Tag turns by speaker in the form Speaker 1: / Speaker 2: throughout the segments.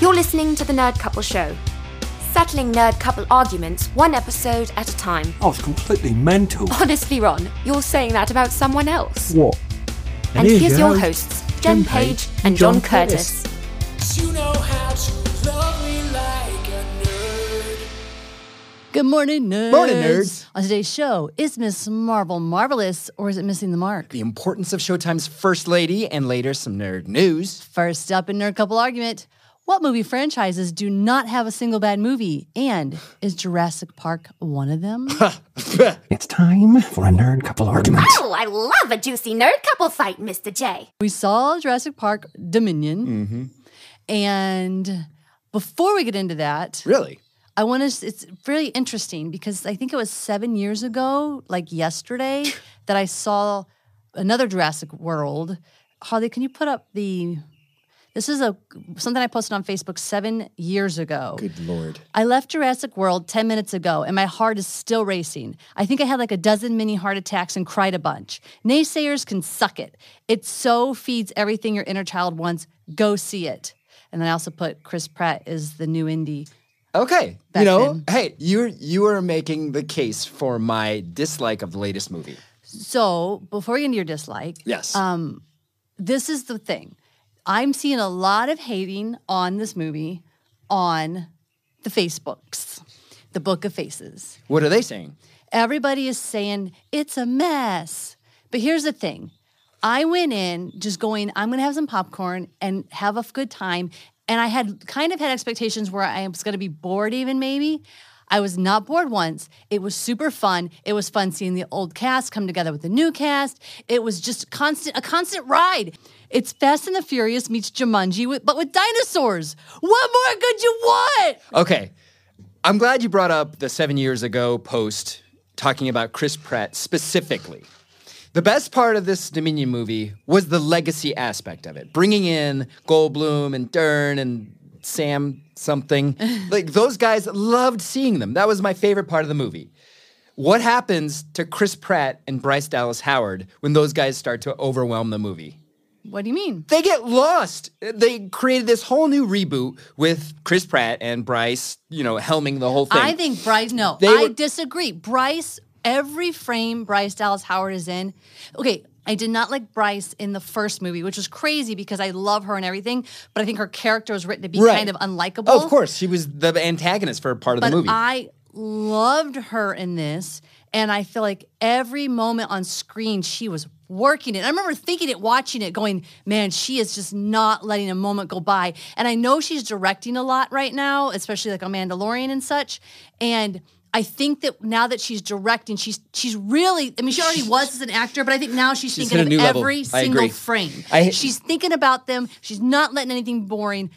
Speaker 1: You're listening to the Nerd Couple Show, settling nerd couple arguments one episode at a time.
Speaker 2: I was completely mental.
Speaker 1: Honestly, Ron, you're saying that about someone else.
Speaker 2: What?
Speaker 1: And here's, your hosts, Jen Page and John Curtis.
Speaker 3: You know how to love me like a nerd.
Speaker 4: Good morning, nerds.
Speaker 5: Morning, nerds.
Speaker 4: On today's show, is Miss Marvel marvelous or is it missing the mark?
Speaker 5: The importance of Showtime's First Lady and later some nerd news.
Speaker 4: First up in Nerd Couple Argument, what movie franchises do not have a single bad movie? And is Jurassic Park one of them?
Speaker 2: It's time for a nerd couple argument.
Speaker 1: Oh, I love a juicy nerd couple fight, Mr. J.
Speaker 4: we saw Jurassic Park Dominion.
Speaker 5: Mm-hmm.
Speaker 4: And before we get into that,
Speaker 5: Really?
Speaker 4: I want to. It's really interesting because I think it was seven years ago, like yesterday, that I saw another Jurassic World. Harley, can you put up the? This is a something I posted on Facebook seven years ago.
Speaker 5: Good lord.
Speaker 4: I left Jurassic World 10 minutes ago and my heart is still racing. I think I had like a dozen mini heart attacks and cried a bunch. Naysayers can suck it. It so feeds everything your inner child wants. Go see it. And then I also put Chris Pratt is the new indie.
Speaker 5: Okay.
Speaker 4: Back
Speaker 5: you know,
Speaker 4: then.
Speaker 5: hey, you're you are making the case for my dislike of the latest movie.
Speaker 4: So before we get into your dislike,
Speaker 5: Yes.
Speaker 4: this is the thing. I'm seeing a lot of hating on this movie on the Facebooks, the Book of Faces.
Speaker 5: what are they saying?
Speaker 4: Everybody is saying it's a mess. But here's the thing I went in just going, I'm going to have some popcorn and have a f- good time. And I had kind of had expectations where I was going to be bored, even maybe. I was not bored once. It was super fun. It was fun seeing the old cast come together with the new cast. It was just constant, a constant ride. It's Fast and the Furious meets Jumanji, with, but with dinosaurs. What more could you want?
Speaker 5: Okay. I'm glad you brought up the seven years ago post talking about Chris Pratt specifically. The best part of this Dominion movie was the legacy aspect of it, bringing in Goldblum and Dern and Sam something. like those guys loved seeing them. That was my favorite part of the movie. What happens to Chris Pratt and Bryce Dallas Howard when those guys start to overwhelm the movie?
Speaker 4: What do you mean?
Speaker 5: they get lost. They created this whole new reboot with Chris Pratt and Bryce, you know, helming the whole thing.
Speaker 4: I think Bryce. No,
Speaker 5: They
Speaker 4: I
Speaker 5: were-
Speaker 4: disagree. Bryce. Every frame Bryce Dallas Howard is in. Okay, I did not like Bryce in the first movie, which was crazy because I love her and everything, but I think her character was written to be
Speaker 5: Right.
Speaker 4: kind of unlikable.
Speaker 5: Oh, of course, she was the antagonist for part of
Speaker 4: But
Speaker 5: the movie.
Speaker 4: I loved her in this, and I feel like every moment on screen she was working it. I remember thinking it, watching it, going, "Man, she is just not letting a moment go by." And I know she's directing a lot right now, especially like on Mandalorian and such. And I think that now that she's directing, she's she's really. I mean, she already was as an actor, but I think now she's,
Speaker 5: She's
Speaker 4: thinking
Speaker 5: hit a
Speaker 4: of
Speaker 5: new level.
Speaker 4: every
Speaker 5: I
Speaker 4: single
Speaker 5: agree.
Speaker 4: frame.
Speaker 5: I-
Speaker 4: she's thinking about them. She's not letting anything boring.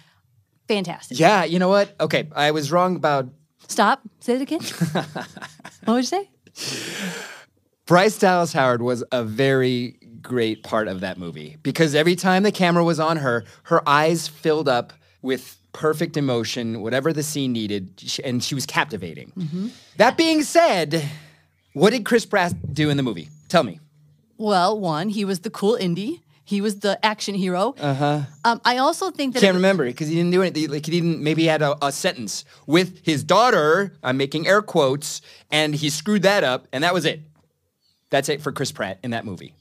Speaker 4: Fantastic.
Speaker 5: yeah, you know what? Okay, I was wrong about
Speaker 4: Stop. Say it again. what would you say?
Speaker 5: Bryce Dallas Howard was a very great part of that movie because every time the camera was on her, her eyes filled up with perfect emotion, whatever the scene needed, sh- and she was captivating.
Speaker 4: Mm-hmm.
Speaker 5: That being said, what did Chris Pratt do in the movie? Tell me.
Speaker 4: Well, one, he was the cool indie. He was the action hero. Uh huh. Um, I also think that
Speaker 5: Uh-huh. Can't
Speaker 4: it-
Speaker 5: remember because he didn't do anything. Like he didn't. Maybe he had a, a sentence with his daughter. I'm making air quotes, and he screwed that up, and that was it. That's it for Chris Pratt in that movie.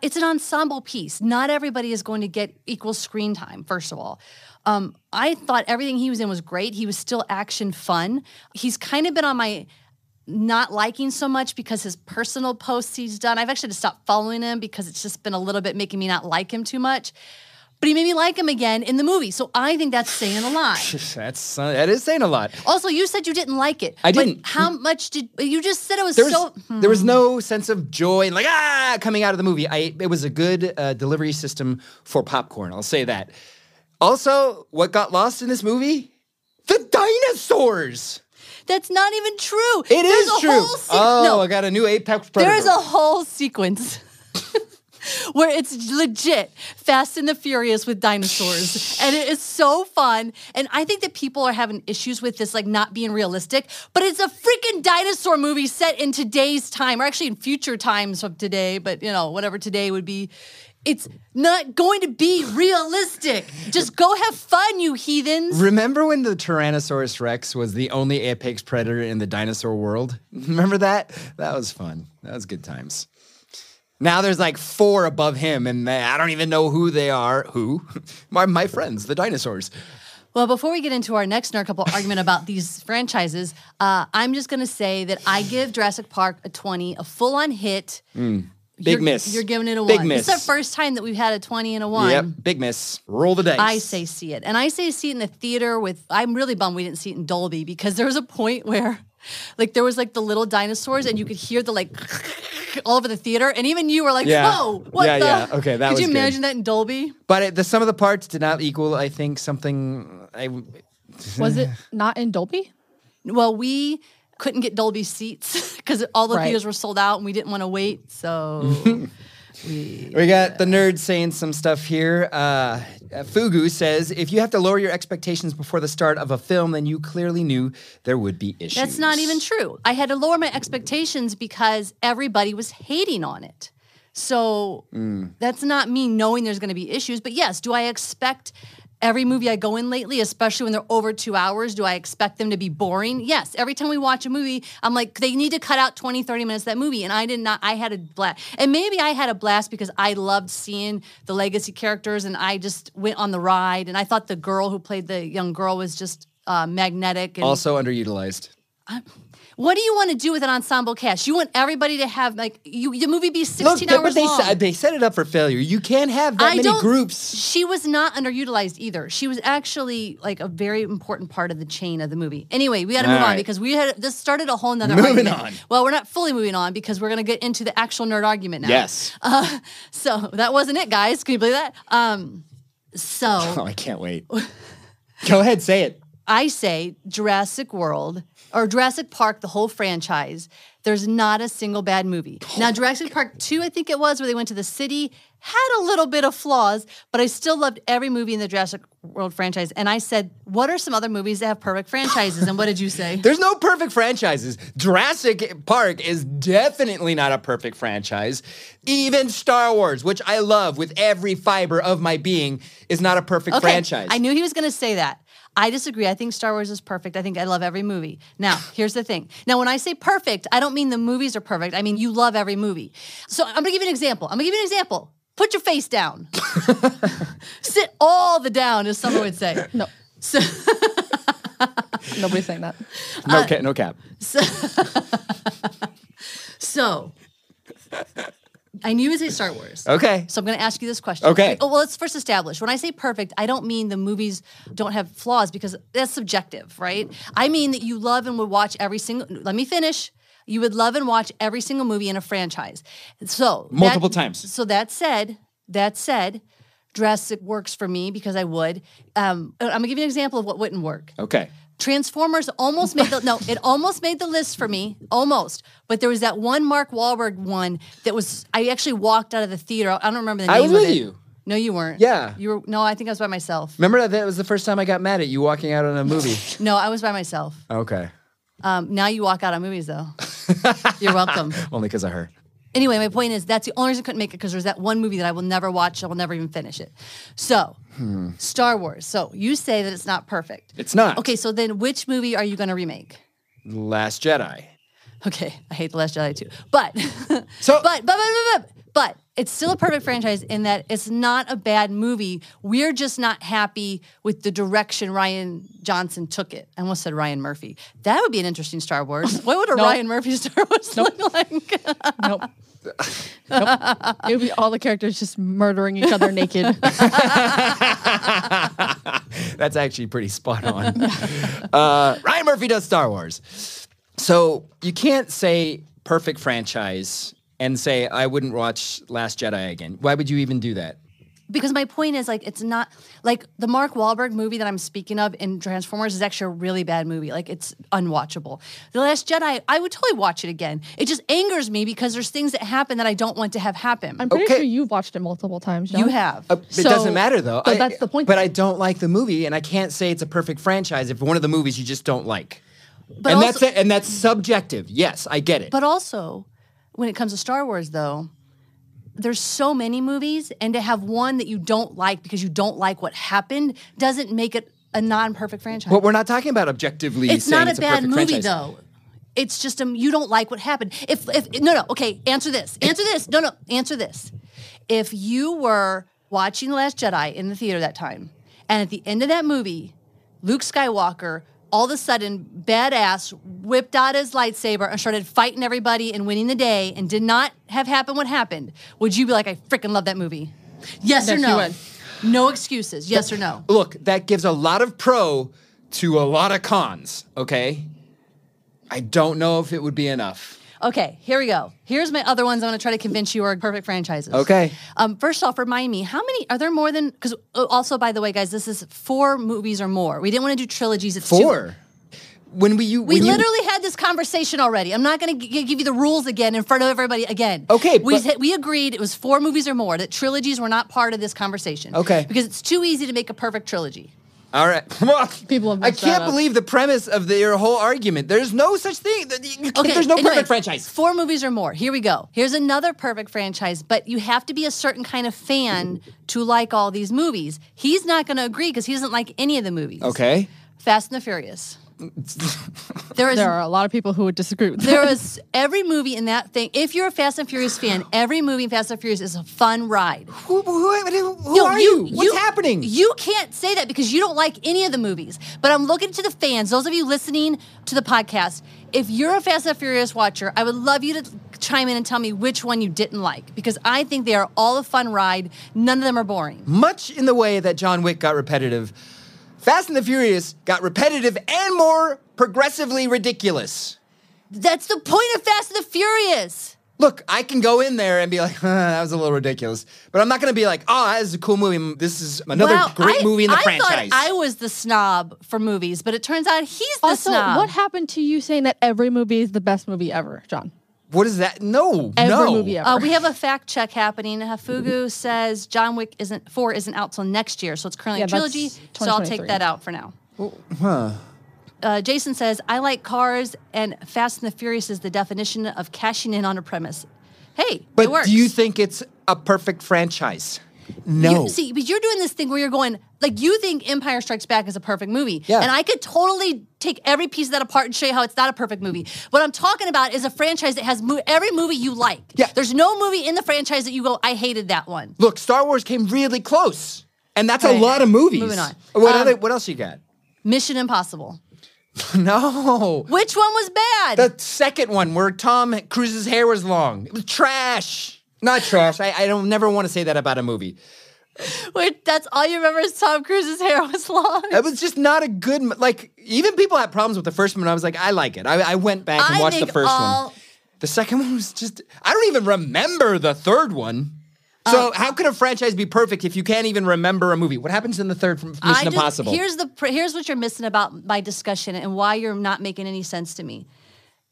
Speaker 4: it's an ensemble piece. Not everybody is going to get equal screen time. First of all, um, I thought everything he was in was great. He was still action fun. He's kind of been on my not liking so much because his personal posts he's done. I've actually had to stop following him because it's just been a little bit making me not like him too much. But he made me like him again in the movie. So I think that's saying a lot.
Speaker 5: That's uh, that is saying a lot.
Speaker 4: Also, you said you didn't like it.
Speaker 5: I
Speaker 4: But
Speaker 5: didn't.
Speaker 4: How much did you just said it was
Speaker 5: There was,
Speaker 4: so? hmm.
Speaker 5: there was no sense of joy and like ah coming out of the movie. I it was a good uh, delivery system for popcorn. I'll say that. Also, what got lost in this movie? The dinosaurs.
Speaker 4: That's not even true.
Speaker 5: It is
Speaker 4: There's a
Speaker 5: true.
Speaker 4: Whole se-
Speaker 5: oh,
Speaker 4: no,
Speaker 5: I got a new apex predator.
Speaker 4: there is a whole sequence. Where it's legit Fast and the Furious with dinosaurs. and it is so fun. And I think that people are having issues with this, like not being realistic, but it's a freaking dinosaur movie set in today's time, or actually in future times of today, but you know, whatever today would be. It's not going to be realistic. Just go have fun, you heathens.
Speaker 5: Remember when the Tyrannosaurus Rex was the only apex predator in the dinosaur world? Remember that? That was fun. That was good times. Now there's like four above him, and they- I don't even know who they are. Who? My, my friends, the dinosaurs.
Speaker 4: Well, before we get into our next nerd couple argument about these franchises, uh, I'm just going to say that I give Jurassic Park a 20, a full on hit.
Speaker 5: Hmm. Big
Speaker 4: You're-
Speaker 5: miss.
Speaker 4: You're giving it a
Speaker 5: Big
Speaker 4: one.
Speaker 5: miss.
Speaker 4: It's the first time that we've had a 20 and a one.
Speaker 5: Yep, big miss. Roll the dice.
Speaker 4: I say see it. And I say see it in the theater with I'm really bummed we didn't see it in Dolby because there was a point where like there was like the little dinosaurs and you could hear the like all over the theater and even you were like,
Speaker 5: Yeah.
Speaker 4: "Whoa, what
Speaker 5: Yeah,
Speaker 4: the?"
Speaker 5: yeah. Okay, that
Speaker 4: Could
Speaker 5: was
Speaker 4: you
Speaker 5: good.
Speaker 4: imagine that in Dolby?
Speaker 5: But it, the sum of the parts did not equal, I think, something. I,
Speaker 6: Was
Speaker 5: Eh.
Speaker 6: it not in Dolby?
Speaker 4: Well, we couldn't get Dolby seats cuz all the
Speaker 6: Right.
Speaker 4: theaters were sold out and we didn't want to wait. So
Speaker 5: we got the nerd saying some stuff here. Uh, uh, Fugu says if you have to lower your expectations before the start of a film, then you clearly knew there would be issues.
Speaker 4: That's not even true. I had to lower my expectations because everybody was hating on it. So that's not me knowing there's going to be issues. But yes, do I expect every movie I go in lately, especially when they're over two hours, do I expect them to be boring? Yes. Every time we watch a movie, I'm like, they need to cut out 20, 30 minutes of that movie. And I did not, I had a blast. And maybe I had a blast because I loved seeing the legacy characters and I just went on the ride. And I thought the girl who played the young girl was just. Uh, magnetic and
Speaker 5: Also underutilized.
Speaker 4: what do you want to do with an ensemble cast? You want everybody to have like you, the movie be sixteen
Speaker 5: Look,
Speaker 4: hours
Speaker 5: they,
Speaker 4: long.
Speaker 5: Set, they set it up for failure. You can't have that
Speaker 4: I
Speaker 5: many
Speaker 4: don't.
Speaker 5: groups.
Speaker 4: She was not underutilized either. She was actually like a very important part of the chain of the movie. Anyway, we got to
Speaker 5: All
Speaker 4: move on
Speaker 5: right.
Speaker 4: because we had this started a whole nother
Speaker 5: Moving
Speaker 4: argument.
Speaker 5: on.
Speaker 4: Well, we're not fully moving on because we're gonna get into the actual nerd argument now.
Speaker 5: Yes.
Speaker 4: Uh, so that wasn't it, guys. Can you believe that? Um, so
Speaker 5: Oh, I can't wait. Go ahead, say it.
Speaker 4: I say Jurassic World or Jurassic Park, the whole franchise, there's not a single bad movie. Now, Jurassic Park 2, I think it was, where they went to the city, had a little bit of flaws, but I still loved every movie in the Jurassic World franchise. And I said, What are some other movies that have perfect franchises? And what did you say?
Speaker 5: There's no perfect franchises. Jurassic Park is definitely not a perfect franchise. Even Star Wars, which I love with every fiber of my being, is not a perfect franchise.
Speaker 4: I knew he was going to say that. I disagree. I think Star Wars is perfect. I think I love every movie. Now, here's the thing. Now, when I say perfect, I don't mean the movies are perfect. I mean you love every movie. So I'm going to give you an example. I'm going to give you an example. Put your face down. Sit all the down, as someone would say.
Speaker 6: No,
Speaker 4: So,
Speaker 6: nobody's saying that.
Speaker 5: no,
Speaker 4: uh,
Speaker 5: ca- no cap.
Speaker 4: so I knew you would say Star Wars.
Speaker 5: Okay.
Speaker 4: So I'm going to ask you this question.
Speaker 5: Okay.
Speaker 4: Oh, well, let's first establish. When I say perfect, I don't mean the movies don't have flaws because that's subjective, right? I mean that you love and would watch every single. Let me finish. You would love and watch every single movie in a franchise. So that-
Speaker 5: Multiple times.
Speaker 4: So that said, that said, Jurassic works for me because I would. Um, I'm gonna give you an example of what wouldn't work.
Speaker 5: Okay.
Speaker 4: Transformers almost made the no, it almost made the list for me, almost. But there was that one Mark Wahlberg one that was. I actually walked out of the theater. I don't remember the
Speaker 5: I
Speaker 4: name.
Speaker 5: was
Speaker 4: of
Speaker 5: with
Speaker 4: it.
Speaker 5: you.
Speaker 4: No, you weren't.
Speaker 5: Yeah.
Speaker 4: you were. No, I think I was by myself.
Speaker 5: Remember that? That was the first time I got mad at you walking out on a movie.
Speaker 4: No, I was by myself.
Speaker 5: okay.
Speaker 4: Um, now you walk out on movies though. You're welcome.
Speaker 5: Only because of her.
Speaker 4: Anyway, my point is that's the only reason I couldn't make it because there's that one movie that I will never watch. I will never even finish it. So, Star Wars. So you say that it's not perfect.
Speaker 5: Hmm. It's not.
Speaker 4: Okay, so then which movie are you going to remake?
Speaker 5: Last Jedi.
Speaker 4: Okay, I hate The Last Jedi too. But,
Speaker 5: So-
Speaker 4: but, but, but, but, but, but it's still a perfect franchise in that it's not a bad movie. We're just not happy with the direction Ryan Johnson took it. I almost said Ryan Murphy. That would be an interesting Star Wars. What would a Ryan Murphy Star Wars look like?
Speaker 6: Nope. nope. It would be all the characters just murdering each other naked.
Speaker 5: That's actually pretty spot on. uh, Ryan Murphy does Star Wars. So you can't say perfect franchise and say, I wouldn't watch Last Jedi again. Why would you even do that?
Speaker 4: because my point is like it's not like the Mark Wahlberg movie that I'm speaking of in Transformers is actually a really bad movie. Like it's unwatchable. The Last Jedi, I would totally watch it again. It just angers me because there's things that happen that I don't want to have happen.
Speaker 6: I'm pretty
Speaker 5: Okay.
Speaker 6: sure you've watched it multiple times. John.
Speaker 4: you have.
Speaker 5: Uh, It doesn't matter though.
Speaker 6: So
Speaker 5: I-
Speaker 6: that's the point.
Speaker 5: But I don't like the movie, and I can't say it's a perfect franchise if one of the movies you just don't like.
Speaker 4: But
Speaker 5: and
Speaker 4: also-
Speaker 5: that's it. And that's subjective. Yes, I get it.
Speaker 4: But also, when it comes to Star Wars, though, there's so many movies, and to have one that you don't like because you don't like what happened doesn't make it a non-perfect franchise.
Speaker 5: But we're not talking about objectively
Speaker 4: it's
Speaker 5: saying
Speaker 4: not
Speaker 5: it's
Speaker 4: a bad
Speaker 5: perfect
Speaker 4: movie
Speaker 5: franchise.
Speaker 4: though. It's just um, you don't like what happened. If if no no okay, answer this. Answer this. No no, answer this. If you were watching The Last Jedi in the theater that time, and at the end of that movie, Luke Skywalker all of a sudden badass whipped out his lightsaber and started fighting everybody and winning the day and did not have happened what happened, would you be like, I freaking love that movie?
Speaker 6: Yes,
Speaker 4: Yes or
Speaker 6: you
Speaker 4: no?
Speaker 6: would.
Speaker 4: No excuses. Yes or no?
Speaker 5: Look, that gives a lot of pro to a lot of cons, okay? I don't know if it would be enough.
Speaker 4: Okay, here we go. Here's my other ones. I'm going to try to convince you are perfect franchises.
Speaker 5: Okay.
Speaker 4: Um, first off, remind me how many are there more than? Because also, by the way, guys, this is four movies or more. We didn't want to do trilogies. It's too-
Speaker 5: Four. When we you
Speaker 4: we
Speaker 5: when you-
Speaker 4: literally had this conversation already. I'm not going to g- give you the rules again in front of everybody again.
Speaker 5: Okay,
Speaker 4: We
Speaker 5: but-
Speaker 4: said- we agreed it was four movies or more. That trilogies were not part of this conversation.
Speaker 5: Okay.
Speaker 4: Because it's too easy to make a perfect trilogy.
Speaker 5: all right.
Speaker 6: People have
Speaker 5: I
Speaker 6: messed that
Speaker 5: can't
Speaker 6: up.
Speaker 5: believe the premise of the, your whole argument. There's no such thing. Th- you can't-
Speaker 4: Okay,
Speaker 5: There's no
Speaker 4: anyway,
Speaker 5: perfect franchise.
Speaker 4: Four movies or more. Here we go. Here's another perfect franchise, but you have to be a certain kind of fan to like all these movies. He's not going to agree because he doesn't like any of the movies.
Speaker 5: Okay.
Speaker 4: Fast and the Furious. there is
Speaker 6: There are a lot of people who would disagree with that.
Speaker 4: there is every movie in that thing. If you're a Fast and Furious fan, every movie in Fast and Furious is a fun ride.
Speaker 5: Who, who, who, who
Speaker 4: No,
Speaker 5: are you? What's happening?
Speaker 4: You can't say that because you don't like any of the movies. But I'm looking to the fans, those of you listening to the podcast. If you're a Fast and Furious watcher, I would love you to chime in and tell me which one you didn't like because I think they are all a fun ride. None of them are boring.
Speaker 5: Much in the way that John Wick got repetitive, Fast and the Furious got repetitive and more progressively ridiculous.
Speaker 4: That's the point of Fast and the Furious.
Speaker 5: Look, I can go in there and be like, that was a little ridiculous, but I'm not going to be like, oh, this is a cool movie. This is another
Speaker 4: Wow,
Speaker 5: great
Speaker 4: I-
Speaker 5: movie in the
Speaker 4: I thought
Speaker 5: franchise.
Speaker 4: I was the snob for movies, but it turns out he's the
Speaker 6: Also,
Speaker 4: snob.
Speaker 6: what happened to you saying that every movie is the best movie ever, John?
Speaker 5: what is that? No,
Speaker 6: Every
Speaker 5: no.
Speaker 6: movie ever.
Speaker 4: Uh, we have a fact check happening. Hafugu says John Wick isn't four isn't out till next year, so it's currently
Speaker 6: Yeah,
Speaker 4: a trilogy.
Speaker 6: that's
Speaker 4: So I'll take
Speaker 6: 2023.
Speaker 4: that out for now. Uh, Jason says I like cars, and Fast and the Furious is the definition of cashing in on a premise. Hey, it
Speaker 5: But
Speaker 4: works.
Speaker 5: do you think it's a perfect franchise? No.
Speaker 4: You, see, but you're doing this thing where you're going like you think Empire Strikes Back is a perfect movie,
Speaker 5: Yeah.
Speaker 4: and I could totally take every piece of that apart and show you how it's not a perfect movie. What I'm talking about is a franchise that has mo- every movie you like.
Speaker 5: Yeah.
Speaker 4: There's no movie in the franchise that you go, I hated that one.
Speaker 5: Look, Star Wars came really close, and that's a
Speaker 4: Okay,
Speaker 5: lot of movies.
Speaker 4: moving on.
Speaker 5: What,
Speaker 4: Um,
Speaker 5: other, what else you got?
Speaker 4: Mission Impossible.
Speaker 5: No.
Speaker 4: Which one was bad?
Speaker 5: The second one where Tom Cruise's hair was long. It was trash. Not trash. I, I don't never want to say that about a movie.
Speaker 4: Wait, that's all you remember is Tom Cruise's hair was long.
Speaker 5: It was just not a good mo- like. Even people had problems with the first one. I was like, I like it. I, I went back and
Speaker 4: I
Speaker 5: watched the
Speaker 4: think
Speaker 5: first
Speaker 4: all-
Speaker 5: one. The second one was just. I don't even remember the third one. So
Speaker 4: Um,
Speaker 5: how could a franchise be perfect if you can't even remember a movie? What happens in the third from Mission
Speaker 4: I just-
Speaker 5: Impossible?
Speaker 4: Here's the pr- here's what you're missing about my discussion and why you're not making any sense to me.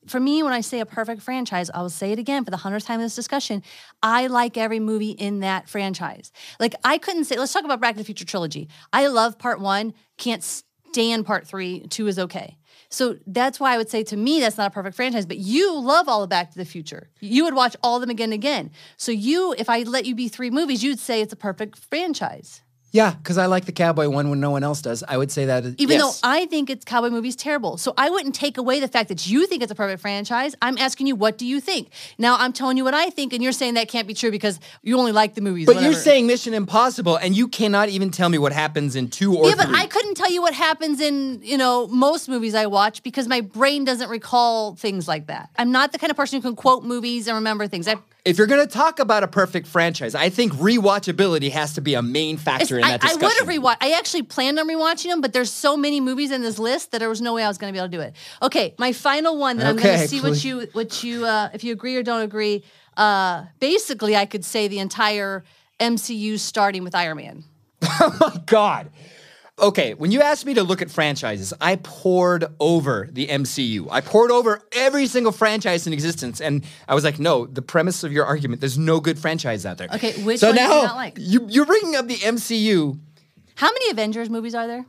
Speaker 4: For me, when I say a perfect franchise, I will say it again for the hundredth time in this discussion. I like every movie in that franchise. Like I couldn't say. Let's talk about Back to the Future trilogy. I love Part One. Can't stand Part Three. Two is okay. So that's why I would say to me that's not a perfect franchise. But you love all of Back to the Future. You would watch all of them again and again. So you, if I let you be three movies, you'd say it's a perfect franchise.
Speaker 5: yeah, because I like the cowboy one when no one else does. I would say that
Speaker 4: Even
Speaker 5: yes.
Speaker 4: though uh, I think it's cowboy movies terrible. So I wouldn't take away the fact that you think it's a perfect franchise. I'm asking you, what do you think? Now I'm telling you what I think, and you're saying that can't be true because you only like the movies.
Speaker 5: But
Speaker 4: whatever.
Speaker 5: you're saying Mission Impossible, and you cannot even tell me what happens in two or
Speaker 4: Yeah, but
Speaker 5: three.
Speaker 4: I couldn't tell you what happens in, you know, most movies I watch because my brain doesn't recall things like that. I'm not the kind of person who can quote movies and remember things. I
Speaker 5: if you're going to talk about a perfect franchise, I think rewatchability has to be a main factor in
Speaker 4: I,
Speaker 5: that
Speaker 4: I
Speaker 5: discussion.
Speaker 4: would have rewatched. I actually planned on rewatching them, but there's so many movies in this list that there was no way I was going to be able to do it. Okay, my final one that I'm going
Speaker 5: Okay,
Speaker 4: to see
Speaker 5: please.
Speaker 4: what you what you uh, if you agree or don't agree. Uh, basically, I could say the entire MCU starting with Iron Man.
Speaker 5: God. Okay, when you asked me to look at franchises, I poured over the MCU. I poured over every single franchise in existence, and I was like, "No, the premise of your argument, there's no good franchise out there."
Speaker 4: Okay, which
Speaker 5: so
Speaker 4: one did you
Speaker 5: now
Speaker 4: not like?
Speaker 5: You, you're bringing up the MCU.
Speaker 4: How many Avengers movies are there?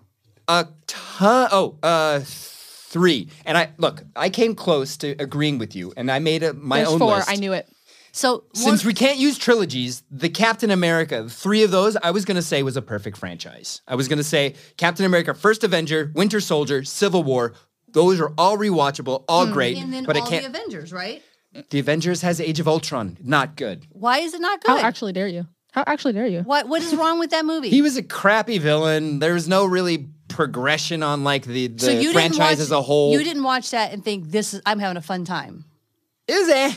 Speaker 5: A ton. Oh, uh, three. And I look, I came close to agreeing with you, and I made a, my
Speaker 6: There's
Speaker 5: own
Speaker 6: four.
Speaker 5: list.
Speaker 6: I knew it.
Speaker 4: So
Speaker 5: Since
Speaker 4: one-
Speaker 5: we can't use trilogies, the Captain America, three of those, I was going to say was a perfect franchise. I was going to say Captain America, First Avenger, Winter Soldier, Civil War. Those are all rewatchable, all great,
Speaker 4: Hmm, and then
Speaker 5: but
Speaker 4: all
Speaker 5: I can't.
Speaker 4: the Avengers, right?
Speaker 5: the Avengers has Age of Ultron. Not good.
Speaker 4: Why is it not
Speaker 6: How
Speaker 4: good?
Speaker 6: Oh, actually dare you? How actually dare you?
Speaker 4: what what is wrong with that movie?
Speaker 5: He was a crappy villain. There was no really progression on like the, the
Speaker 4: so you
Speaker 5: franchise
Speaker 4: didn't watch,
Speaker 5: as a whole.
Speaker 4: You didn't watch that and think this is I'm having a fun time.
Speaker 5: It was eh.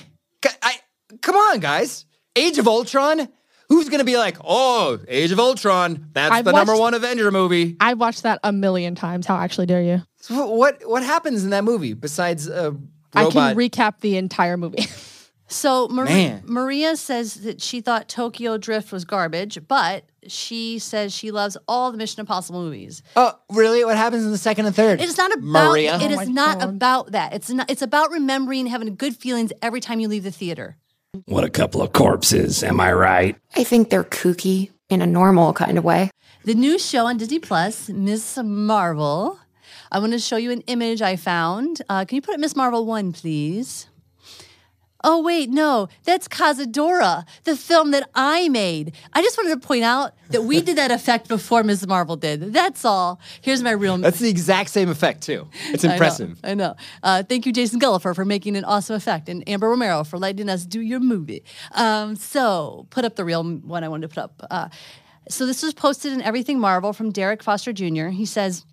Speaker 5: C- I- come on, guys. Age of Ultron. Who's gonna be like, oh, Age of Ultron? That's
Speaker 6: I've
Speaker 5: the number
Speaker 6: watched-
Speaker 5: one Avenger movie.
Speaker 6: I watched that a million times. How actually dare you?
Speaker 5: So wh- what what happens in that movie besides a
Speaker 6: I
Speaker 5: robot?
Speaker 6: can recap the entire movie.
Speaker 4: So Maria,
Speaker 5: Man.
Speaker 4: Maria says that she thought Tokyo Drift was garbage, but she says she loves all the Mission Impossible movies.
Speaker 5: oh, really? What happens in the second and third?
Speaker 4: It is not about
Speaker 5: Maria.
Speaker 4: it
Speaker 6: Oh
Speaker 4: is
Speaker 6: my
Speaker 4: not
Speaker 6: God.
Speaker 4: about that. It's not it's about remembering having good feelings every time you leave the theater.
Speaker 2: What a couple of corpses, am I right?
Speaker 1: I think they're kooky in a normal kind of way.
Speaker 4: The new show on Disney Plus, Miss Marvel. I want to show you an image I found. Uh, can you put up Miss Marvel 1, please? Oh, wait, no, that's Cazadora, the film that I made. I just wanted to point out that we did that effect before Miss Marvel did. That's all. Here's my real.
Speaker 5: That's the exact same effect too. It's
Speaker 4: I know,
Speaker 5: impressive.
Speaker 4: I know. Uh, thank you, Jason Gullifer, for making an awesome effect, and Amber Romero for letting us do your movie. Um, so, put up the real m- one I wanted to put up. Uh, so, this was posted in Everything Marvel from Derek Foster Jr. He says,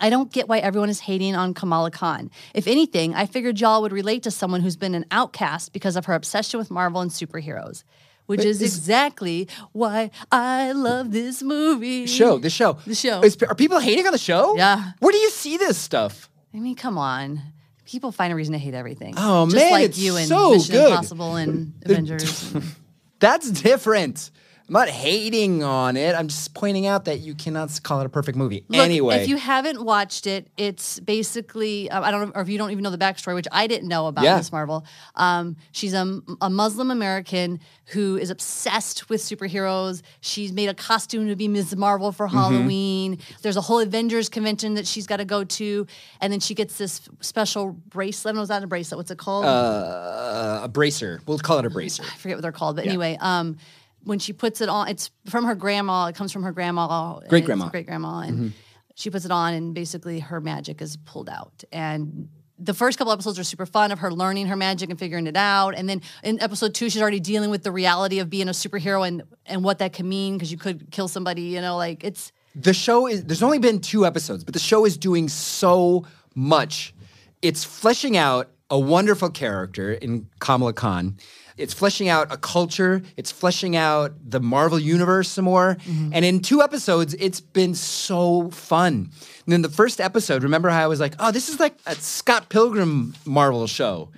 Speaker 4: I don't get why everyone is hating on Kamala Khan. If anything, I figured y'all would relate to someone who's been an outcast because of her obsession with Marvel and superheroes, which is exactly why I love this movie.
Speaker 5: Show the show.
Speaker 4: The show.
Speaker 5: Is- are people hating on the show?
Speaker 4: Yeah.
Speaker 5: Where do you see this stuff?
Speaker 4: I mean, come on. People find a reason to hate everything.
Speaker 5: Oh,
Speaker 4: Just
Speaker 5: man,
Speaker 4: like
Speaker 5: it's
Speaker 4: you and
Speaker 5: so
Speaker 4: Mission
Speaker 5: good.
Speaker 4: Impossible and Avengers.
Speaker 5: That's different. I'm not hating on it. I'm just pointing out that you cannot s- call it a perfect movie.
Speaker 4: Look,
Speaker 5: anyway,
Speaker 4: if you haven't watched it, it's basically uh, I don't know, or if you don't even know the backstory, which I didn't know about
Speaker 5: Yeah.
Speaker 4: Miss Marvel. Um, she's a, a Muslim American who is obsessed with superheroes. She's made a costume to be Ms. Marvel for
Speaker 5: Mm-hmm.
Speaker 4: Halloween. There's a whole Avengers convention that she's got to go to, and then she gets this special bracelet. No, it's not a bracelet. What's it called?
Speaker 5: uh, a bracer. We'll call it a bracer.
Speaker 4: I forget what they're called, but anyway, um, when she puts it on, it's from her grandma. It comes from her grandma, and it's
Speaker 5: Great-grandma. Mm-hmm.
Speaker 4: great grandma, and she puts it on, and basically her magic is pulled out. And the first couple episodes are super fun of her learning her magic and figuring it out. And then in episode two, she's already dealing with the reality of being a superhero and and what that can mean because you could kill somebody. You know, like it's
Speaker 5: the show is there's only been two episodes but the show is doing so much it's fleshing out a wonderful character in kamala khan it's fleshing out a culture it's fleshing out the marvel universe some more and in two episodes it's been so fun and then the first episode remember how i was like oh this is like a scott pilgrim marvel show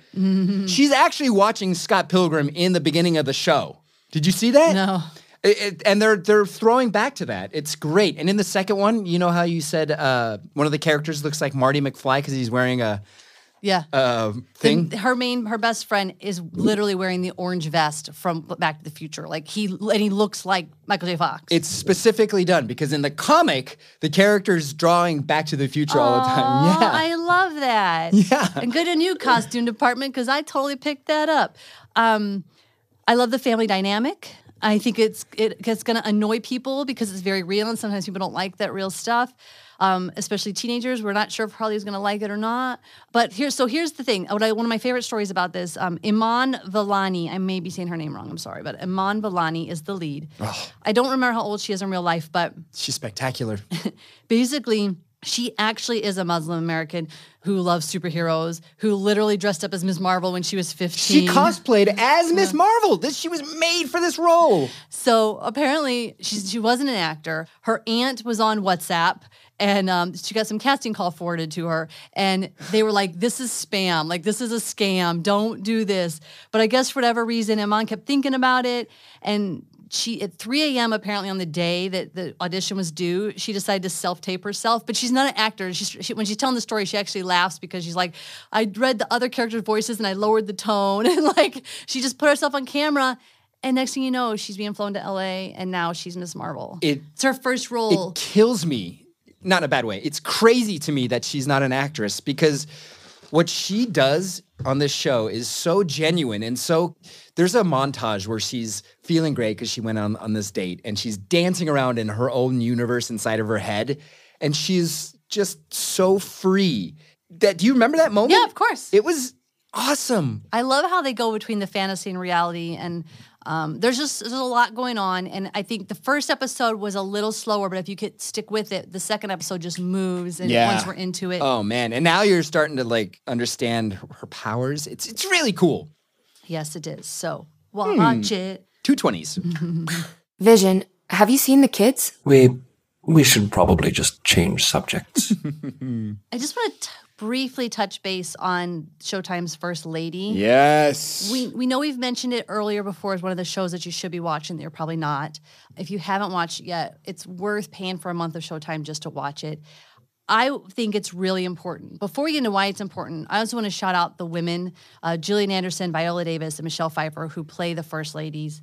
Speaker 5: she's actually watching scott pilgrim in the beginning of the show did you see that
Speaker 4: No.
Speaker 5: it, it- and they're they're throwing back to that. It's great. And in the second one, you know how you said uh, one of the characters looks like Marty McFly because he's wearing a,
Speaker 4: yeah.
Speaker 5: a thing.
Speaker 4: her main her best friend is literally wearing the orange vest from Back to the Future. Like he and he looks like Michael J. Fox.
Speaker 5: It's specifically done because in the comic, the character's drawing Back to the Future all the time. Yeah,
Speaker 4: Oh, I love that.
Speaker 5: Yeah.
Speaker 4: And good a new costume department because I totally picked that up. Um, I love the family dynamic. I think it's it, it's going to annoy people because it's very real, and sometimes people don't like that real stuff. Um, especially teenagers, we're not sure if Harley's going to like it or not. But here, so here's the thing. What I, one of my favorite stories about this, um, Iman Vellani. I may be saying her name wrong. I'm sorry, but Iman Vellani is the lead. I don't remember how old she is in real life, but
Speaker 5: she's spectacular.
Speaker 4: basically she actually is a Muslim American who loves superheroes, who literally dressed up as Ms. Marvel when she was 15.
Speaker 5: she cosplayed as Miss Marvel. This she was made for this role.
Speaker 4: So apparently, she she wasn't an actor. Her aunt was on WhatsApp, and um, she got some casting call forwarded to her, and they were like, "This is spam. Like this is a scam. Don't do this." But I guess for whatever reason, Iman kept thinking about it, and. She at 3 a.m. apparently on the day that the audition was due, she decided to self-tape herself. But she's not an actor. She's, she, when she's telling the story, she actually laughs because she's like, "I read the other characters' voices and I lowered the tone." And like, she just put herself on camera, and next thing you know, she's being flown to LA and now she's Miss Marvel.
Speaker 5: It-
Speaker 4: it's her first role.
Speaker 5: It kills me, not in a bad way. It's crazy to me that she's not an actress because what she does on this show is so genuine and so there's a montage where she's feeling great because she went on, on this date and she's dancing around in her own universe inside of her head and she's just so free that do you remember that moment
Speaker 4: Yeah, of course.
Speaker 5: it was awesome
Speaker 4: I love how they go between the fantasy and reality, and um, there's just there's a lot going on. And I think the first episode was a little slower, but if you could stick with it, the second episode just moves, and
Speaker 5: Yeah.
Speaker 4: once we're into it,
Speaker 5: oh man and now you're starting to like understand her powers it's it's really cool
Speaker 4: yes, it is. So
Speaker 5: Hmm.
Speaker 4: watch it.
Speaker 5: 220s
Speaker 1: Vision, have you seen the kids?
Speaker 2: We we should probably just change subjects.
Speaker 4: I just want to briefly touch base on Showtime's First Lady.
Speaker 5: yes
Speaker 4: We, we know we've mentioned it earlier before as one of the shows that you should be watching that you're probably not. If you haven't watched it yet, it's worth paying for a month of Showtime just to watch it. I think it's really important. Before we get into why it's important, I also want to shout out the women, uh, Gillian Anderson, Viola Davis, and Michelle Pfeiffer, who play the First Ladies.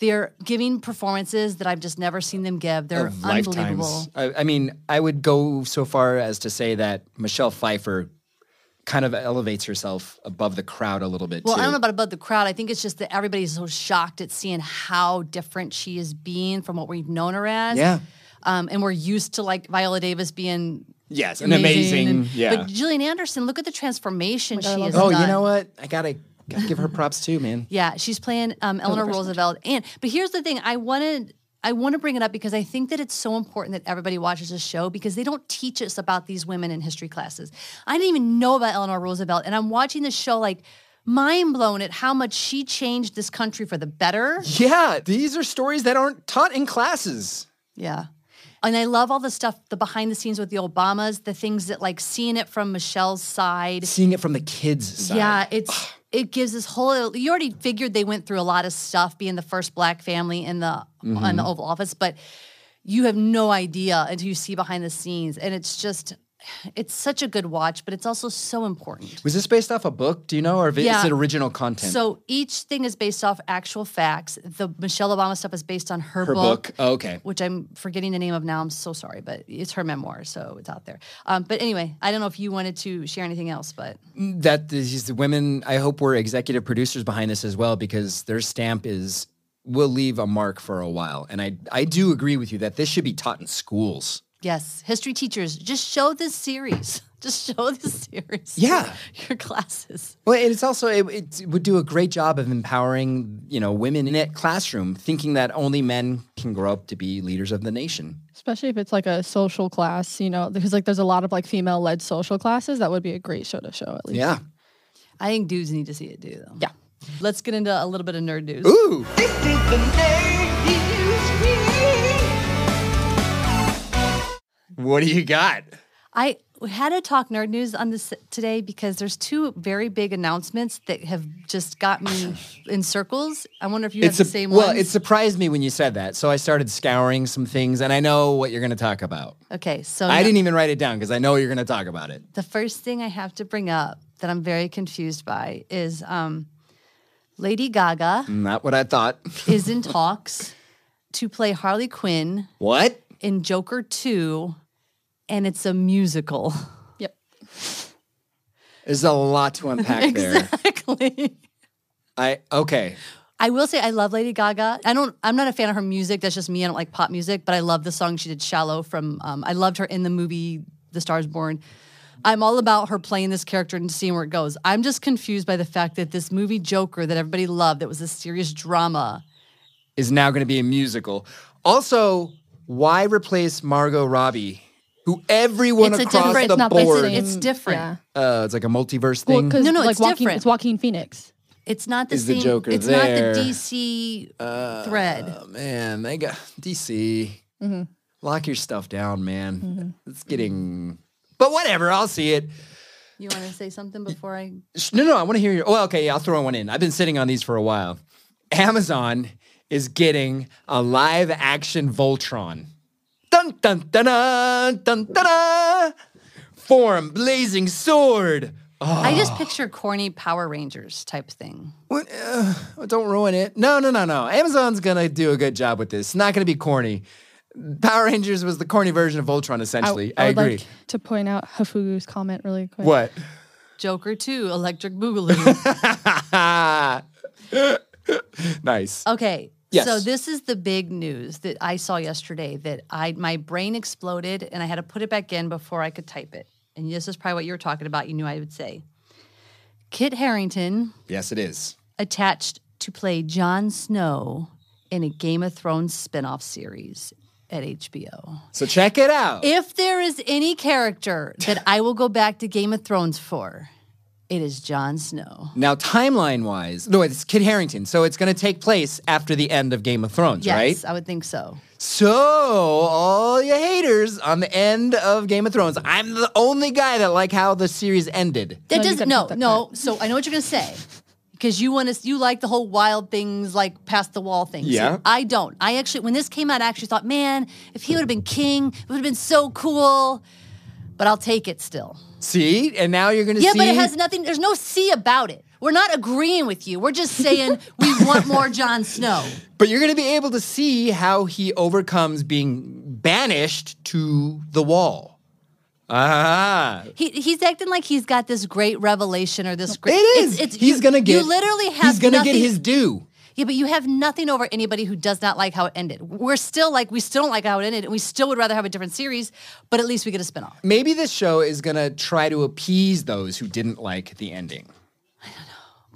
Speaker 4: They're giving performances that I've just never seen them give. They're
Speaker 5: of
Speaker 4: unbelievable.
Speaker 5: lifetimes. I, I mean, I would go so far as to say that Michelle Pfeiffer kind of elevates herself above the crowd a little bit.
Speaker 4: Well,
Speaker 5: too.
Speaker 4: I don't know about above the crowd. I think it's just that everybody's so shocked at seeing how different she is being from what we've known her as.
Speaker 5: Yeah.
Speaker 4: Um, and we're used to like Viola Davis being
Speaker 5: Yes, an
Speaker 4: amazing.
Speaker 5: amazing.
Speaker 4: and-
Speaker 5: yeah.
Speaker 4: But Gillian Anderson, look at the transformation
Speaker 6: I
Speaker 4: she
Speaker 6: love
Speaker 4: is.
Speaker 6: that.
Speaker 5: oh, you know what? I gotta, gotta give her props too, man.
Speaker 4: Yeah, she's playing um, Eleanor Roosevelt. And but here's the thing, I wanted I want to bring it up because I think that it's so important that everybody watches this show because they don't teach us about these women in history classes. I didn't even know about Eleanor Roosevelt, and I'm watching this show like mind blown at how much she changed this country for the better.
Speaker 5: Yeah, these are stories that aren't taught in classes.
Speaker 4: Yeah. And I love all the stuff, the behind the scenes with the Obamas, the things that like seeing it from Michelle's side.
Speaker 5: Seeing it from the kids' side.
Speaker 4: Yeah, it's it gives this whole. You already figured they went through a lot of stuff being the first black family in the on the Oval Office, but you have no idea until you see behind the scenes, and it's just it's such a good watch, but it's also so important.
Speaker 5: Was this based off a book? Do you know, or if it-
Speaker 4: Yeah.
Speaker 5: is it original content?
Speaker 4: So each thing is based off actual facts. The Michelle Obama stuff is based on her,
Speaker 5: her book. Oh, okay.
Speaker 4: which I'm forgetting the name of now. I'm so sorry, but it's her memoir, so it's out there. Um, but anyway, I don't know if you wanted to share anything else, but
Speaker 5: that these women i hope were executive producers behind this as well because their stamp is will leave a mark for a while and i i do agree with you that this should be taught in schools
Speaker 4: yes, history teachers, just show this series. Just show this series.
Speaker 5: Yeah.
Speaker 4: your classes.
Speaker 5: well and it's also it, it would do a great job of empowering you know women in that classroom thinking that only men can grow up to be leaders of the nation
Speaker 6: Especially if it's like a social class, you know, because like there's a lot of like female led social classes. That would be a great show to show at least.
Speaker 5: yeah
Speaker 4: I think dudes need to see it too, though.
Speaker 6: Yeah.
Speaker 4: Let's get into a little bit of nerd news.
Speaker 5: ooh what do you got
Speaker 4: I had to talk nerd news on this today because there's two very big announcements that have just got me in circles. I wonder if you have the
Speaker 5: a-
Speaker 4: same
Speaker 5: well
Speaker 4: ones.
Speaker 5: it surprised me when you said that so i started scouring some things and i know what you're going to talk about
Speaker 4: okay, so
Speaker 5: I
Speaker 4: no-
Speaker 5: didn't even write it down because I know you're going to talk about it.
Speaker 4: the first thing I have to bring up that I'm very confused by is um, Lady Gaga
Speaker 5: Not what I thought.
Speaker 4: is in talks to play Harley Quinn
Speaker 5: What?
Speaker 4: in Joker 2, and it's a musical.
Speaker 6: Yep.
Speaker 5: There's a lot to unpack there.
Speaker 4: Exactly.
Speaker 5: I okay.
Speaker 4: I will say I love Lady Gaga. I don't. I'm not a fan of her music. That's just me. I don't like pop music, but I love the song she did "Shallow" from. Um, I loved her in the movie "The Stars Born." I'm all about her playing this character and seeing where it goes. I'm just confused by the fact that this movie Joker that everybody loved, that was a serious drama.
Speaker 5: Is now going to be a musical. Also, why replace Margot Robbie, who everyone
Speaker 4: It's a
Speaker 5: across
Speaker 4: different-
Speaker 5: the
Speaker 4: it's
Speaker 6: not the
Speaker 5: board? Mm,
Speaker 6: same-
Speaker 4: It's different.
Speaker 6: Yeah.
Speaker 5: uh, it's like a multiverse
Speaker 6: Well,
Speaker 5: thing.
Speaker 6: 'cause,
Speaker 4: No, no,
Speaker 6: like
Speaker 4: it's
Speaker 6: Joaquin,
Speaker 4: different.
Speaker 6: It's Joaquin Phoenix.
Speaker 4: It's not the
Speaker 5: Is the
Speaker 4: same.
Speaker 5: Joker
Speaker 4: it's
Speaker 5: there?
Speaker 4: not the DC thread.
Speaker 5: oh man, they got DC.
Speaker 4: Mm-hmm.
Speaker 5: Lock your stuff down, man. It's getting. But whatever, I'll see it.
Speaker 4: You want to say something before I?
Speaker 5: Sh- No, no, I want to hear your. Well, okay, yeah, I'll throw one in. I've been sitting on these for a while. Amazon is getting a live action Voltron. Dun dun dun dun dun dun. dun. Form blazing sword.
Speaker 4: I
Speaker 5: Ah.
Speaker 4: just picture corny Power Rangers type thing.
Speaker 5: What, uh, don't ruin it. No, no, no, no. Amazon's gonna do a good job with this. It's not gonna be corny. Power Rangers was the
Speaker 6: Oh,
Speaker 5: corny version of Voltron, essentially. I,
Speaker 6: would
Speaker 5: agree.
Speaker 6: like to point out Hafugu's comment really quick.
Speaker 5: what?
Speaker 4: Joker 2, Electric Boogaloo.
Speaker 5: nice.
Speaker 4: okay.
Speaker 5: Yes.
Speaker 4: So this is the big news that I saw yesterday that I my brain exploded and I had to put it back in before I could type it. And this is probably what you were talking about. You knew I would say. Kit Harrington
Speaker 5: Yes, it is.
Speaker 4: attached to play Jon Snow in a Game of Thrones spin-off series at HBO.
Speaker 5: So check it out.
Speaker 4: If there is any character that I will go back to Game of Thrones for, it is Jon Snow.
Speaker 5: now, timeline wise, no, it's Kid Harrington. So it's going to take place after the end of Game of Thrones,
Speaker 4: Yes,
Speaker 5: right?
Speaker 4: I would think so.
Speaker 5: So, all you haters on the end of Game of Thrones, I'm the only guy that like how the series ended.
Speaker 4: That
Speaker 6: No, you
Speaker 4: doesn't
Speaker 6: gotta
Speaker 4: no
Speaker 6: put that
Speaker 4: no. So I know what you're gonna say because you want to you like the whole wild things like past the wall things.
Speaker 5: Yeah.
Speaker 4: I don't. I actually when this came out, I actually thought, man, if he would have been king, it would have been so cool. But I'll take it still.
Speaker 5: See? And now you're going to
Speaker 4: Yeah,
Speaker 5: see.
Speaker 4: but it has nothing. There's no C about it. We're not agreeing with you. We're just saying we want more Jon Snow.
Speaker 5: But you're going to be able to see how he overcomes being banished to the wall. Ah.
Speaker 4: He, he's acting like he's got this great revelation or this great.
Speaker 5: It is. he's
Speaker 4: you-
Speaker 5: going to get.
Speaker 4: You literally have.
Speaker 5: He's going to get
Speaker 4: nothing-
Speaker 5: his due.
Speaker 4: Yeah, but you have nothing over anybody who does not like how it ended. We're still like we still don't like how it ended, and we still would rather have a different series. But at least we get a spinoff.
Speaker 5: Maybe this show is going to try to appease those who didn't like the ending.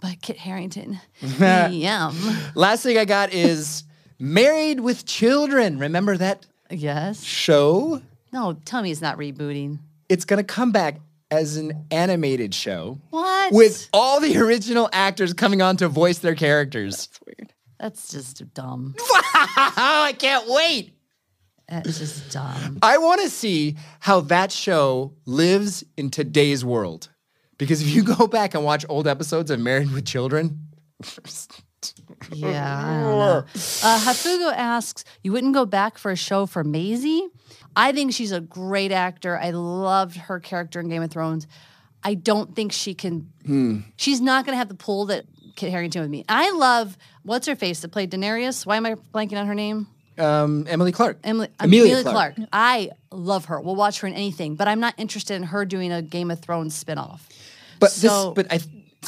Speaker 4: But Kit Harrington, yum.
Speaker 5: Last thing I got is Married with Children. Remember that
Speaker 4: Yes.
Speaker 5: show?
Speaker 4: No, tell me it's not rebooting.
Speaker 5: It's going to come back as an animated show.
Speaker 4: What?
Speaker 5: With all the original actors coming on to voice their characters.
Speaker 6: It's weird.
Speaker 4: That's just dumb.
Speaker 5: Oh, I can't wait.
Speaker 4: That's just dumb.
Speaker 5: I want to see how that show lives in today's world. Because if you go back and watch old episodes of Married with Children,
Speaker 4: Yeah. I don't know. Uh, Hafugo asks, "You wouldn't go back for a show for Maisie?" I think she's a great actor. I loved her character in Game of Thrones. I don't think she can.
Speaker 5: Hmm.
Speaker 4: She's not going to have the pull that Kit Harrington with me. I love what's her face that played Daenerys. Why am I blanking on her name?
Speaker 5: um, Emily Clark.
Speaker 4: Emily uh,
Speaker 5: Amelia
Speaker 4: Amelia
Speaker 5: Clark.
Speaker 4: Clark. I love her. We'll watch her in anything, but I'm not interested in her doing a Game of Thrones spinoff.
Speaker 5: But
Speaker 4: So-
Speaker 5: this, but I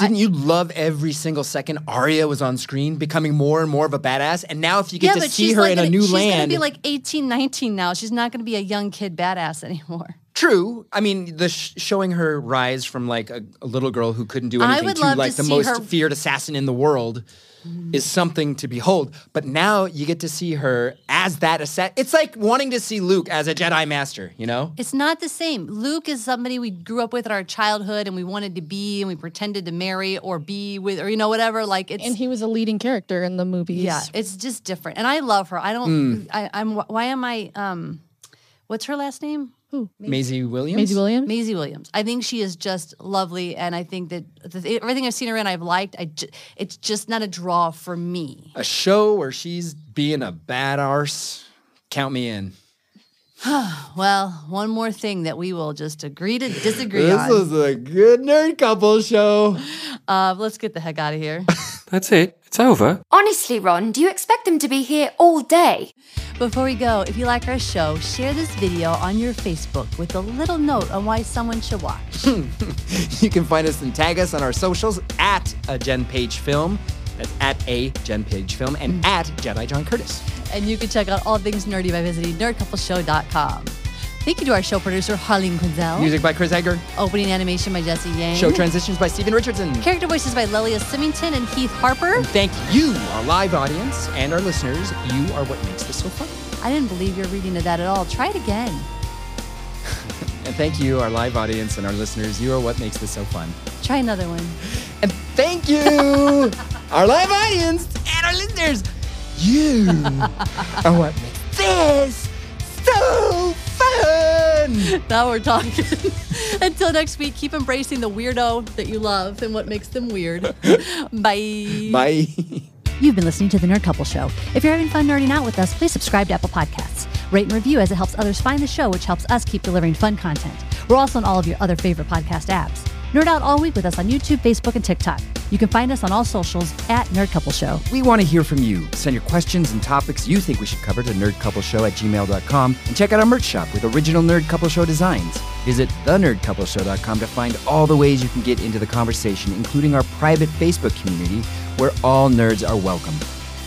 Speaker 5: didn't you love every single second Arya was on screen, becoming more and more of a badass? And now if you get to see her
Speaker 4: like
Speaker 5: in a
Speaker 4: gonna-
Speaker 5: new
Speaker 4: she's
Speaker 5: land,
Speaker 4: gonna be like 18, 19 now. She's not gonna be a young kid badass anymore.
Speaker 5: true. I mean, the sh- showing her rise from like a, a little girl who couldn't do
Speaker 4: I
Speaker 5: anything
Speaker 4: would
Speaker 5: to
Speaker 4: love to
Speaker 5: like the
Speaker 4: see
Speaker 5: most
Speaker 4: her- Mm-hmm.
Speaker 5: feared assassin in the world is something to behold. But now you get to see her as that assassin. It's like wanting to see Luke as a Jedi Master. You know,
Speaker 4: It's not the same. Luke is somebody we grew up with in our childhood and we wanted to be and we pretended to marry or be with or you know, whatever. Like it's
Speaker 6: And he was a leading character in the movies.
Speaker 4: yeah, it's just different. And I love her. I
Speaker 5: Hmm.
Speaker 4: don't I, I'm why am I um what's her last name?
Speaker 5: Maisie Williams.
Speaker 6: Maisie Williams.
Speaker 4: Maisie Williams. I think she is just lovely, and I think that the, everything I've seen her in, I've liked. I ju- it's just not a draw for me.
Speaker 5: A show where she's being a bad arse. Count me in.
Speaker 4: Well, one more thing that we will just agree to disagree
Speaker 5: This
Speaker 4: on.
Speaker 5: is a good nerd couple show.
Speaker 4: Uh, let's get the heck out of here.
Speaker 7: That's it. It's over.
Speaker 1: Honestly, Ron, do you expect them to be here all day?
Speaker 4: Before we go, if you like our show, share this video on your Facebook with a little note on why someone should watch.
Speaker 5: You can find us and tag us on our socials at a Gen Page Film. That's at a Gen Page Film and at Jedi John Curtis.
Speaker 4: And you can check out all things nerdy by visiting nerdcoupleshow.com. Thank you to our show producer, Harleen Quinzel.
Speaker 5: Music by Chris Egger.
Speaker 4: Opening animation by Jesse Yang.
Speaker 5: Show transitions by Stephen Richardson.
Speaker 4: Character voices by Lelia Symington and Heath Harper.
Speaker 5: Thank you, our live audience and our listeners. You are what makes this so fun.
Speaker 4: I didn't believe your reading of that at all. Try it again.
Speaker 5: And thank you, our live audience and our listeners. You are what makes this so fun.
Speaker 4: Try another one.
Speaker 5: And thank you, our live audience and our listeners. You are what makes this so fun.
Speaker 4: Now we're talking. Until next week, keep embracing the weirdo that you love and what makes them weird. Bye.
Speaker 5: Bye.
Speaker 4: You've been listening to The Nerd Couple Show. If you're having fun nerding out with us, please subscribe to Apple Podcasts. Rate and review as it helps others find the show, which helps us keep delivering fun content. We're also on all of your other favorite podcast apps. Nerd out all week with us on YouTube, Facebook, and TikTok. You can find us on all socials at Nerd Couple Show.
Speaker 5: We want to hear from you. Send your questions and topics you think we should cover to nerdcoupleshow at gmail.com and check out our merch shop with original Nerd Couple Show designs. Visit thenerdcoupleshow.com to find all the ways you can get into the conversation, including our private Facebook community where all nerds are welcome.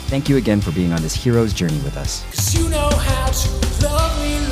Speaker 5: Thank you again for being on this hero's journey with us.
Speaker 3: Cause you know how to love me